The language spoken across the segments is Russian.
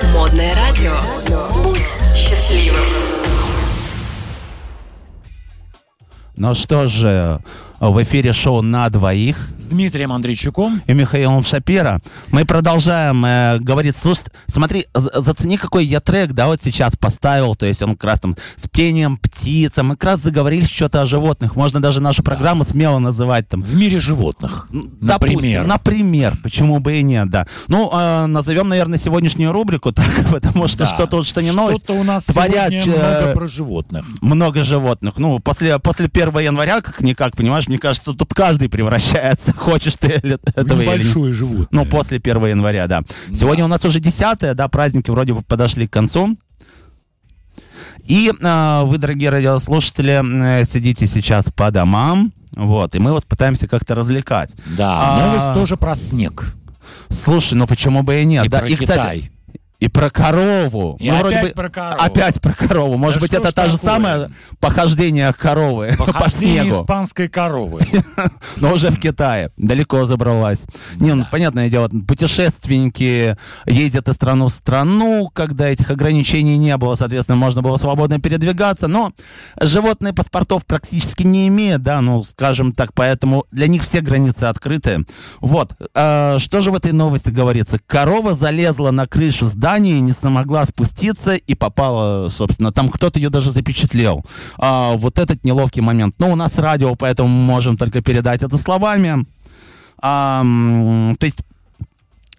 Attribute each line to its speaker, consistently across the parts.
Speaker 1: Свободное радио. Будь счастливым.
Speaker 2: Ну что же, в эфире шоу «На двоих»
Speaker 3: С Дмитрием Андрейчуком.
Speaker 2: и Михаилом Шапира. Мы продолжаем э, говорить, слушай, смотри, за- зацени, какой я трек, да, вот сейчас поставил, то есть он как раз там с пением птиц, а мы как раз заговорили что-то о животных, можно даже нашу программу смело называть там.
Speaker 3: В мире животных.
Speaker 2: Ну, Допустим,
Speaker 3: Например.
Speaker 2: например, почему бы и нет, да. Ну, э, назовем, наверное, сегодняшнюю рубрику так, потому что
Speaker 3: Да.
Speaker 2: что-то, что не новость.
Speaker 3: Что-то у нас
Speaker 2: творят,
Speaker 3: сегодня
Speaker 2: э,
Speaker 3: много про животных.
Speaker 2: много животных. Ну, после, после 1 января, как-никак, понимаешь, мне кажется, тут каждый превращается, хочешь ты или- этого или нет.
Speaker 3: Небольшое животное.
Speaker 2: Ну, после 1 января, да. Сегодня у нас уже 10 да, праздники вроде бы подошли к концу. И э, вы, дорогие радиослушатели, э, сидите сейчас по домам, вот, и мы вас пытаемся как-то развлекать.
Speaker 3: Да,
Speaker 2: А.
Speaker 3: новость тоже про снег.
Speaker 2: Слушай, ну почему бы и нет?
Speaker 3: И
Speaker 2: да?
Speaker 3: про
Speaker 2: и, кстати,
Speaker 3: Китай.
Speaker 2: и про корову.
Speaker 3: И
Speaker 2: Ну, вроде
Speaker 3: опять
Speaker 2: бы-
Speaker 3: про корову.
Speaker 2: Опять про корову. Может
Speaker 3: Да
Speaker 2: быть,
Speaker 3: что
Speaker 2: это
Speaker 3: ж
Speaker 2: та же
Speaker 3: такое?
Speaker 2: самая похождение коровы по
Speaker 3: Похождение
Speaker 2: снегу.
Speaker 3: испанской коровы.
Speaker 2: но уже в Китае. Далеко забралась. Не, ну, понятное дело, путешественники ездят из страны в страну, когда этих ограничений не было, соответственно, можно было свободно передвигаться, но животные паспортов практически не имеют, да, ну, скажем так, поэтому для них все границы открыты. Вот, э, что же в этой новости говорится? Корова залезла на крышу здания, и не смогла спуститься и попала, собственно, там кто-то ее даже запечатлел. А, вот этот неловкий момент. Ну, у нас радио, поэтому мы можем только передать это словами. А, м, то есть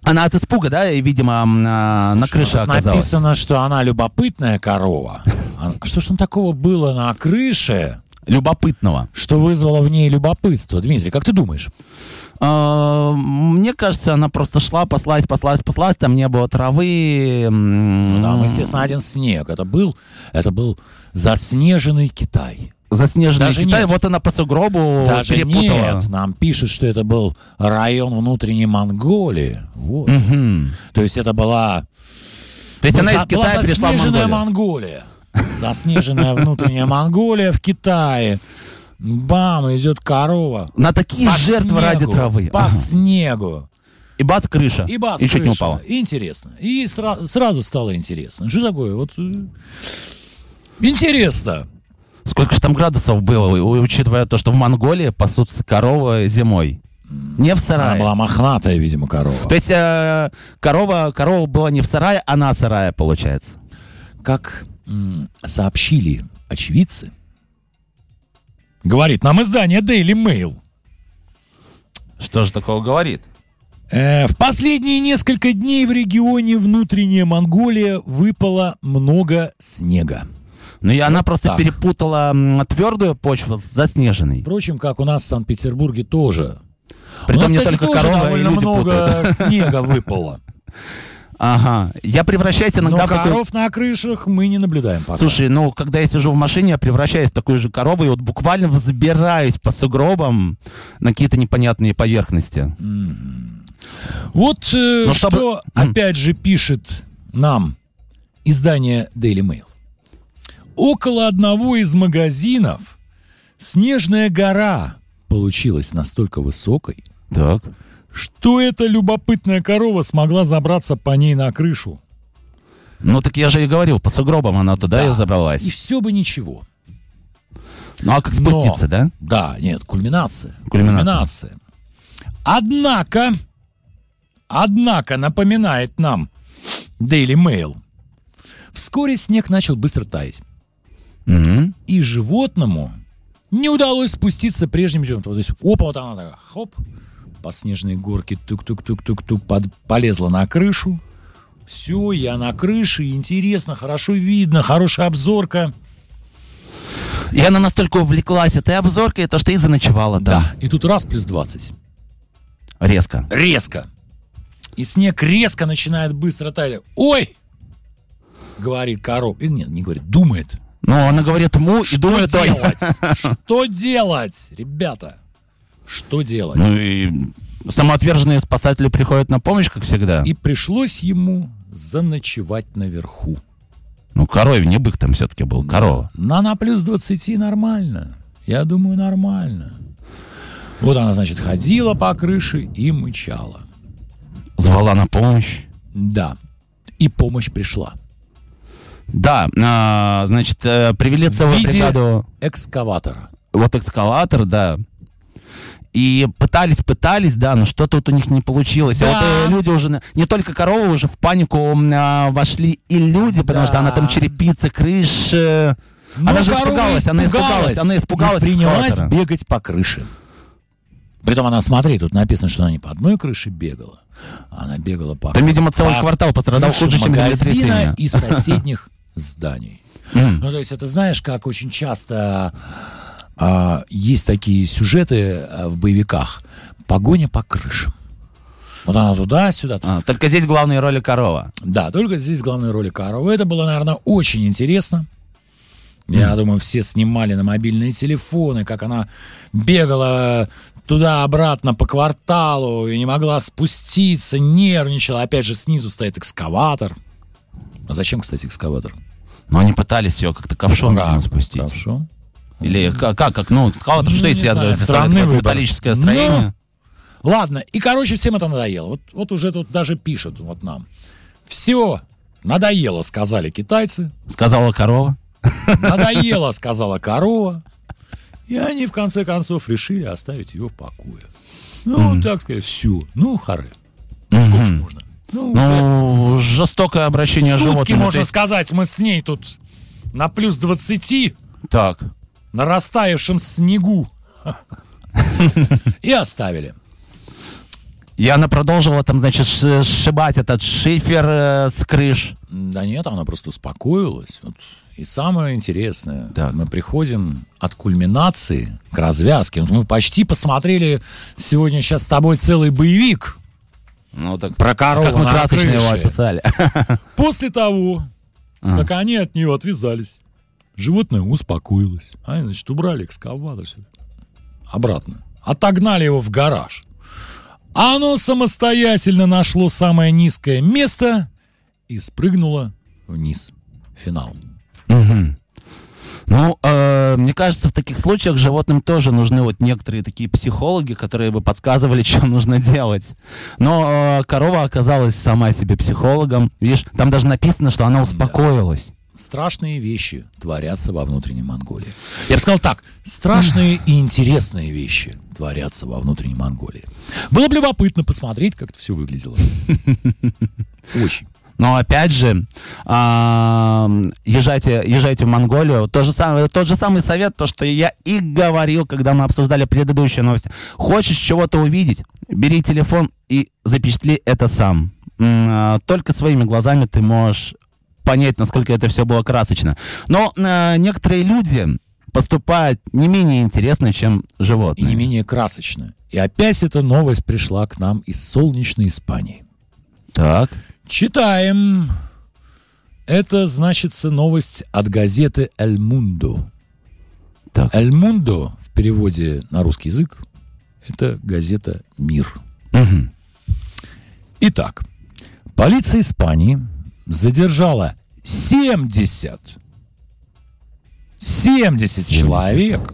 Speaker 2: она от испуга, да, и, видимо, м, а, на крыше
Speaker 3: Тут
Speaker 2: оказалась.
Speaker 3: Написано, что она любопытная корова. А что ж там такого было на крыше,
Speaker 2: Любопытного.
Speaker 3: что вызвало в ней любопытство? Дмитрий, как ты думаешь?
Speaker 2: А, мне кажется, она просто шла, послась, послась, послась, там не было травы. м,
Speaker 3: Ну, там, естественно, один снег. Это был, это был заснеженный Китай.
Speaker 2: Заснеженный
Speaker 3: Даже
Speaker 2: Китай,
Speaker 3: нет.
Speaker 2: вот она по сугробу
Speaker 3: Даже
Speaker 2: перепутала.
Speaker 3: нет, нам пишут, что это был район внутренней Монголии. Вот.
Speaker 2: Мгм.
Speaker 3: То есть это была,
Speaker 2: То есть
Speaker 3: была
Speaker 2: она
Speaker 3: за-
Speaker 2: из Китая
Speaker 3: была
Speaker 2: пришла в
Speaker 3: заснеженная
Speaker 2: Монголию.
Speaker 3: Монголия. Заснеженная внутренняя Монголия в Китае. Бам, идет корова.
Speaker 2: На такие
Speaker 3: По
Speaker 2: жертвы
Speaker 3: снегу,
Speaker 2: ради травы.
Speaker 3: По
Speaker 2: Ага.
Speaker 3: снегу.
Speaker 2: И бац, крыша.
Speaker 3: И бац,
Speaker 2: И чуть не
Speaker 3: крыша.
Speaker 2: упала.
Speaker 3: И интересно. И сра- сразу стало интересно. Что такое? Вот э, интересно.
Speaker 2: Сколько же там градусов было, у- учитывая то, что в Монголии пасутся коровы зимой. Не в
Speaker 3: Она
Speaker 2: сарае.
Speaker 3: была мохнатая, видимо, корова.
Speaker 2: То есть э, корова, корова была не в сарае, а на сарае, получается.
Speaker 3: Как м, сообщили очевидцы, говорит нам издание Daily Mail.
Speaker 2: Что же такого говорит?
Speaker 3: Э, В последние несколько дней в регионе внутренняя Монголия выпало много снега.
Speaker 2: Ну и она просто
Speaker 3: так.
Speaker 2: перепутала м, твердую почву с заснеженной.
Speaker 3: Впрочем, как у нас в Санкт-Петербурге тоже.
Speaker 2: Притом
Speaker 3: у нас,
Speaker 2: не
Speaker 3: Ну, кстати,
Speaker 2: только
Speaker 3: тоже
Speaker 2: корова и
Speaker 3: довольно
Speaker 2: люди путают.
Speaker 3: много снега выпало.
Speaker 2: Ага. Я превращаюсь
Speaker 3: Но
Speaker 2: иногда в такую
Speaker 3: Ну, коров на крышах мы не наблюдаем пока.
Speaker 2: Слушай, ну, когда я сижу в машине, я превращаюсь в такую же корову и вот буквально взбираюсь по сугробам на какие-то непонятные поверхности.
Speaker 3: вот э,
Speaker 2: ну,
Speaker 3: что,
Speaker 2: чтобы- М.
Speaker 3: опять же, пишет нам издание Daily Mail. Около одного из магазинов снежная гора получилась настолько высокой,
Speaker 2: Так.
Speaker 3: что эта любопытная корова смогла забраться по ней на крышу.
Speaker 2: Ну, так я же и говорил, по сугробам она туда
Speaker 3: Да.
Speaker 2: и забралась.
Speaker 3: И все бы ничего.
Speaker 2: Ну, а как
Speaker 3: Но-
Speaker 2: спуститься, да?
Speaker 3: Да, нет, кульминация.
Speaker 2: Кульминация.
Speaker 3: Кульминация. Однако, однако, напоминает нам Daily Mail, вскоре снег начал быстро таять.
Speaker 2: Мгм.
Speaker 3: И животному не удалось спуститься прежним путем. То есть, опа, вот она такая, хоп, по снежной горке тук-тук-тук-тук-тук под- полезла на крышу. Все, я на крыше, интересно, хорошо видно, хорошая обзорка.
Speaker 2: И она настолько увлеклась этой обзоркой, то что и заночевала там.
Speaker 3: И тут раз плюс 20.
Speaker 2: Резко.
Speaker 3: резко. И снег резко начинает быстро таять. Ой! Говорит коров. И нет, не говорит, думает.
Speaker 2: Ну, она говорит му и
Speaker 3: Что
Speaker 2: думает ой.
Speaker 3: делать? Что делать, ребята? Что делать?
Speaker 2: Ну и самоотверженные спасатели приходят на помощь, как всегда.
Speaker 3: И пришлось ему заночевать наверху.
Speaker 2: Ну, корове, не бык там все-таки был, корова.
Speaker 3: На на плюс 20 нормально. Я думаю, нормально. Вот она, значит, ходила по крыше и мычала.
Speaker 2: Звала на помощь.
Speaker 3: Да. и помощь пришла.
Speaker 2: Да, а, значит, э, привели целую
Speaker 3: В виде-
Speaker 2: бригаду.
Speaker 3: Экскаватора.
Speaker 2: Вот экскаватор, да. И пытались, пытались, да, но что-то вот у них не получилось. А
Speaker 3: Да.
Speaker 2: вот э, люди уже, на- не только коровы уже в панику м, а, вошли и люди, потому
Speaker 3: Да.
Speaker 2: что она там черепица, крыши. Она
Speaker 3: Ну,
Speaker 2: же
Speaker 3: корова
Speaker 2: испугалась, она испугалась, она испугалась
Speaker 3: и принялась
Speaker 2: экскаватора.
Speaker 3: бегать по крыше. Притом она, смотри, тут написано, что она не по одной крыше бегала, а она бегала по
Speaker 2: Там, видимо, целый
Speaker 3: по
Speaker 2: квартал пострадал
Speaker 3: крыше
Speaker 2: хуже, чем
Speaker 3: А, магазина
Speaker 2: землетрясение.
Speaker 3: и соседних зданий.
Speaker 2: М.
Speaker 3: Ну, то есть, это знаешь, как очень часто а, есть такие сюжеты а, в боевиках. Погоня по крышам. Вот она туда-сюда.
Speaker 2: А, Только здесь главная роль корова.
Speaker 3: Да, только здесь главная роль коровы. Это было, наверное, очень интересно. Я думаю, все снимали на мобильные телефоны, как она бегала туда-обратно по кварталу и не могла спуститься, нервничала. Опять же, снизу стоит экскаватор. А зачем, кстати, экскаватор? А
Speaker 2: Но они пытались ее как-то ковшом видимо, спустить.
Speaker 3: Хорошо.
Speaker 2: Или ка- как, как, ну, экскаватор,
Speaker 3: Ну,
Speaker 2: что
Speaker 3: не
Speaker 2: из себя
Speaker 3: знаю,
Speaker 2: представляет?
Speaker 3: странный
Speaker 2: Какое
Speaker 3: выбор.
Speaker 2: металлическое строение?
Speaker 3: Ладно, и, короче, всем это надоело. Вот, вот уже тут даже пишут вот нам. Все, надоело, сказали китайцы.
Speaker 2: Сказала корова.
Speaker 3: Надоело, сказала корова. И они, в конце концов, решили оставить ее в покое. Ну,
Speaker 2: Мгм.
Speaker 3: так сказать, все. Ну, харе. Ну, сколько ж
Speaker 2: Мгм.
Speaker 3: можно? Ну, уже
Speaker 2: Ну, жестокое обращение
Speaker 3: сутки,
Speaker 2: животных.
Speaker 3: можно сказать, мы с ней тут на плюс 20
Speaker 2: Так.
Speaker 3: на растаявшем снегу. И оставили.
Speaker 2: И она продолжила там, значит, ш- сшибать этот шифер э, с крыш.
Speaker 3: Да нет, она просто успокоилась. Вот. И самое интересное,
Speaker 2: Так.
Speaker 3: мы приходим от кульминации к развязке. Вот мы почти посмотрели сегодня сейчас с тобой целый боевик
Speaker 2: Ну, так
Speaker 3: про корову
Speaker 2: как мы
Speaker 3: на
Speaker 2: красочно его
Speaker 3: крыше.
Speaker 2: описали.
Speaker 3: После того,
Speaker 2: Ага.
Speaker 3: как они от нее отвязались, животное успокоилось. Они, значит, убрали экскаватор сюда. Обратно. Отогнали его в гараж. Оно самостоятельно нашло самое низкое место и спрыгнуло вниз. Финал.
Speaker 2: Мгм. Ну, э, мне кажется, в таких случаях животным тоже нужны вот некоторые такие психологи, которые бы подсказывали, что нужно делать. Но э, корова оказалась сама себе психологом. Видишь, там даже написано, что она успокоилась.
Speaker 3: Страшные вещи творятся во внутренней Монголии. Я бы сказал так, страшные и интересные вещи творятся во внутренней Монголии. Было бы любопытно посмотреть, как это все выглядело. Очень.
Speaker 2: Но опять же, а, езжайте, езжайте в Монголию. То же самое, тот же самый совет, то, что я и говорил, когда мы обсуждали предыдущие новости. Хочешь чего-то увидеть, бери телефон и запечатли это сам. М, а, Только своими глазами ты можешь понять, насколько это все было красочно. Но а, некоторые люди поступают не менее интересно, чем
Speaker 3: и
Speaker 2: животные.
Speaker 3: не менее красочно. И опять эта новость пришла к нам из солнечной Испании.
Speaker 2: Так.
Speaker 3: Читаем. Это, значится, новость от газеты «Эль Мундо».
Speaker 2: Так.
Speaker 3: «Эль Мундо» в переводе на русский язык – это газета «Мир».
Speaker 2: Мгм.
Speaker 3: Итак, полиция Испании задержала 70, 70 человек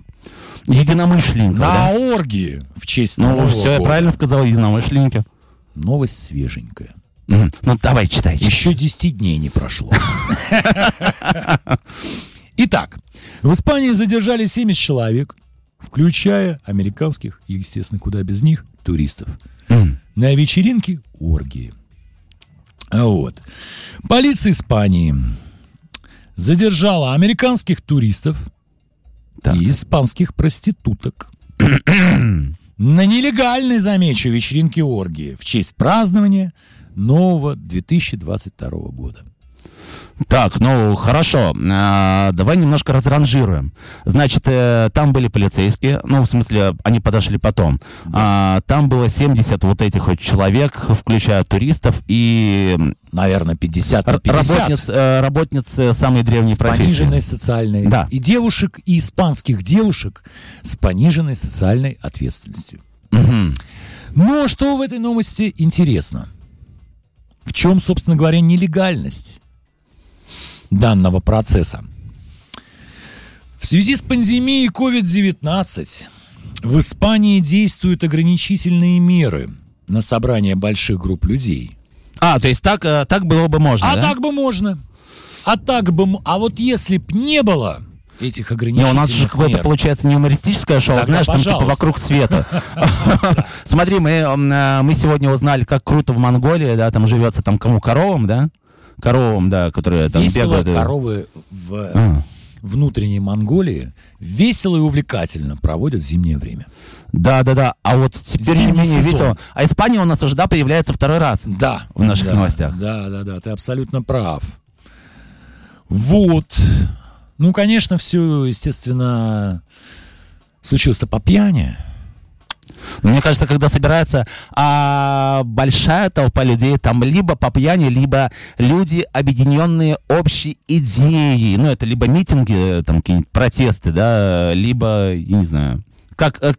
Speaker 2: Единомышленников,
Speaker 3: на
Speaker 2: Ну да?
Speaker 3: оргии в честь
Speaker 2: Ну,
Speaker 3: Нового
Speaker 2: все, я
Speaker 3: года.
Speaker 2: правильно сказал, единомышленники.
Speaker 3: Новость свеженькая.
Speaker 2: Мгм. Ну, давай, читай. читай.
Speaker 3: Еще 10 дней не прошло. Итак, в Испании задержали 70 человек, включая американских, и, естественно, куда без них, туристов.
Speaker 2: Мгм.
Speaker 3: На вечеринке оргии. А Вот. Полиция Испании задержала американских туристов
Speaker 2: Так.
Speaker 3: и испанских проституток. На нелегальной, замечу, вечеринке оргии в честь празднования нового 2022 года.
Speaker 2: Так, ну хорошо, А, давай немножко разранжируем. Значит, э, там были полицейские, ну, в смысле, они подошли потом. А, там было 70 вот этих вот человек, включая туристов и м,
Speaker 3: Наверное, 50 на
Speaker 2: р-
Speaker 3: 50.
Speaker 2: работниц, э, работниц самой древней
Speaker 3: с пониженной
Speaker 2: профессии.
Speaker 3: социальной
Speaker 2: Да.
Speaker 3: и девушек, и испанских девушек с пониженной социальной ответственностью.
Speaker 2: Мгм.
Speaker 3: Но Ну, а что в этой новости интересно? В чем, собственно говоря, нелегальность данного процесса? В связи с пандемией COVID-19 в Испании действуют ограничительные меры на собрание больших групп людей,
Speaker 2: А, то есть так, э, так было бы можно,
Speaker 3: а
Speaker 2: да?
Speaker 3: так бы можно. А так бы... м- А вот если б не было этих
Speaker 2: Не,
Speaker 3: ограничений.
Speaker 2: у нас же какое-то получается не юмористическое шоу,
Speaker 3: Тогда
Speaker 2: знаешь, там типа
Speaker 3: пожалуйста.
Speaker 2: вокруг света. Смотри, мы, м, э, мы сегодня узнали, как круто в Монголии, да, там живется там кому коровам, да? Коровам, да, которые там
Speaker 3: Весело
Speaker 2: бегают. э,
Speaker 3: коровы в
Speaker 2: а,
Speaker 3: внутренней Монголии весело и увлекательно проводят зимнее время.
Speaker 2: Да, да, да. А вот теперь не
Speaker 3: Зимний
Speaker 2: менее
Speaker 3: сезон.
Speaker 2: весело. А Испания у нас уже, да, появляется второй раз.
Speaker 3: Да.
Speaker 2: В наших
Speaker 3: да,
Speaker 2: новостях.
Speaker 3: Да, да, да, ты абсолютно прав. Вот. Ну, конечно, все, естественно, случилось-то по пьяни.
Speaker 2: Но Мне кажется, когда собирается а, большая толпа людей, там либо по пьяни, либо люди, объединенные общей идеей. Ну, это либо митинги, там какие-нибудь протесты, да, либо, я не знаю, как, э,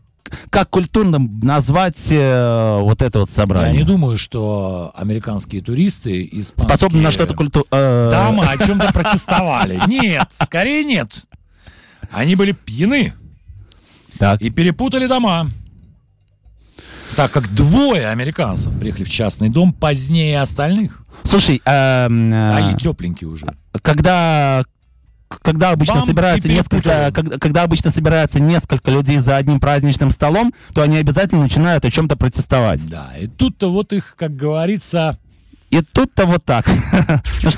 Speaker 2: как культурно назвать э, вот это вот
Speaker 3: Я не
Speaker 2: собрание?
Speaker 3: думаю, что американские туристы и
Speaker 2: Способны на
Speaker 3: испанские
Speaker 2: что-то э, культурное.
Speaker 3: Там о чем-то протестовали. Нет, скорее нет. Они были пьяны
Speaker 2: Так.
Speaker 3: и перепутали дома. Так как двое американцев приехали в частный дом позднее остальных.
Speaker 2: Слушай, эм, э,
Speaker 3: А Они тепленькие уже.
Speaker 2: когда к- когда обычно
Speaker 3: Бам,
Speaker 2: собираются
Speaker 3: и
Speaker 2: несколько,
Speaker 3: перепутали.
Speaker 2: когда, когда обычно собираются несколько людей за одним праздничным столом, то они обязательно начинают о чем-то протестовать.
Speaker 3: Да, и тут-то вот их, как говорится,
Speaker 2: И тут-то вот так. Ну